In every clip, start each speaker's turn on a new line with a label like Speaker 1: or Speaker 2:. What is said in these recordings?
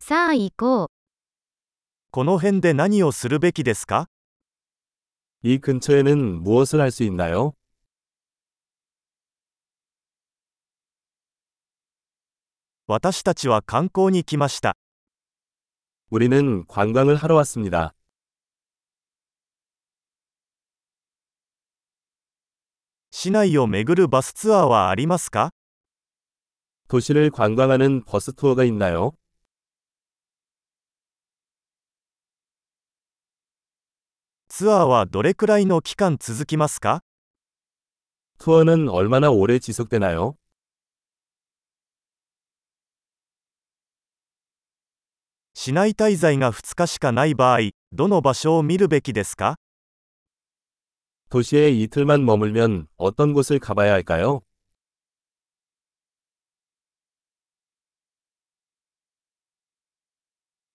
Speaker 1: さあ行こう。
Speaker 2: この辺で何をするべきですか
Speaker 3: 이 근처에는 무엇을 할 수 있나요?
Speaker 2: 私たちは観光に来ました。
Speaker 3: 우리는 관광을 하러 왔습니다.
Speaker 2: 市内を巡るバスツアーはありますか
Speaker 3: 도시를 관광하는 버스 투어가 있나요?
Speaker 2: ツアーはどれくらいの期間続きますか
Speaker 3: 투어는 얼마나 오래 지속되나요?
Speaker 2: 市内滞在が2日しかない場合、どの場所を見るべきですか
Speaker 3: 도시에 이틀만 머물면 어떤 곳을 가봐야 할까요?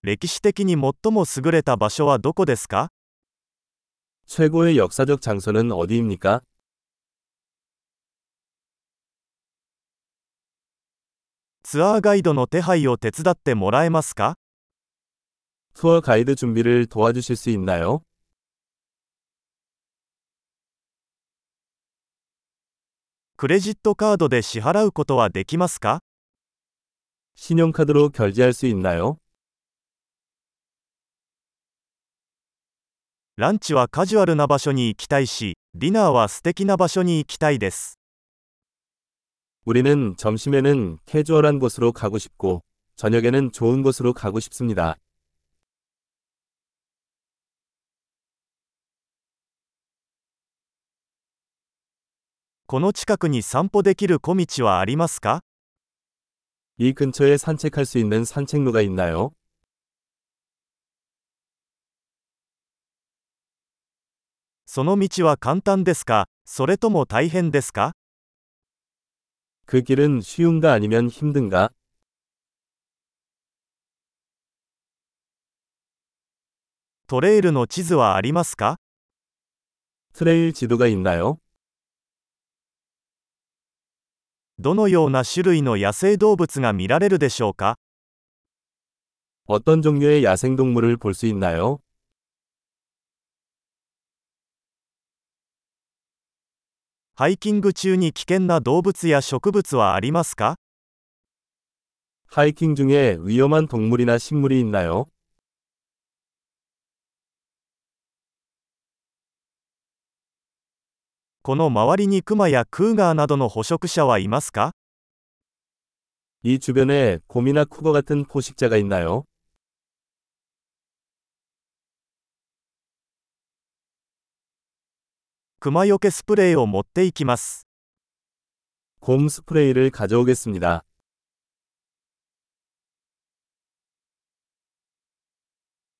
Speaker 2: 歴史的に最も優れた場所はどこですか
Speaker 3: 최고의 역사적 장소는 어디입니까?
Speaker 2: ツアーガイドの手配を手伝ってもらえますか
Speaker 3: 투어 가이드 준비를 도와주실 수 있나요?
Speaker 2: クレジットカードで支払うことはできますか
Speaker 3: 신용카드로 결제할 수 있나요?
Speaker 2: ランチはカジュアルな場所に行きたいし、ディナーは素敵な場所に行きたいです。
Speaker 3: 우리는 점심에는 캐주얼한 곳으로 가고 싶고, 저녁에는 좋은 곳으로 가고 싶습니다.
Speaker 2: この近くに散歩できる小道はありますか
Speaker 3: 이 근처에 산책할 수 있는 산책로가 있나요?
Speaker 2: その道は簡単ですかそれとも大変ですか
Speaker 3: 그 길은 쉬운가 아니면 힘든가?
Speaker 2: トレイルの地図はありますか
Speaker 3: 트레일 지도가 있나요?
Speaker 2: どのような種類の野生動物が見られるでしょうか
Speaker 3: 어떤 종류의 야생동물을 볼 수 있나요?
Speaker 2: ハイキング中に危険な動物や植物はありますか
Speaker 3: 하이킹 중에 위험한 동물이나 식물이 있나요?
Speaker 2: この周りにクマやクーガーなどの捕食者はいますか
Speaker 3: 이 주변에 곰이나 쿠거 같은 포식자가 있나요?
Speaker 2: クマよけスプレーを持っていきます。
Speaker 3: 곰 스프레이를 가져오겠습니다.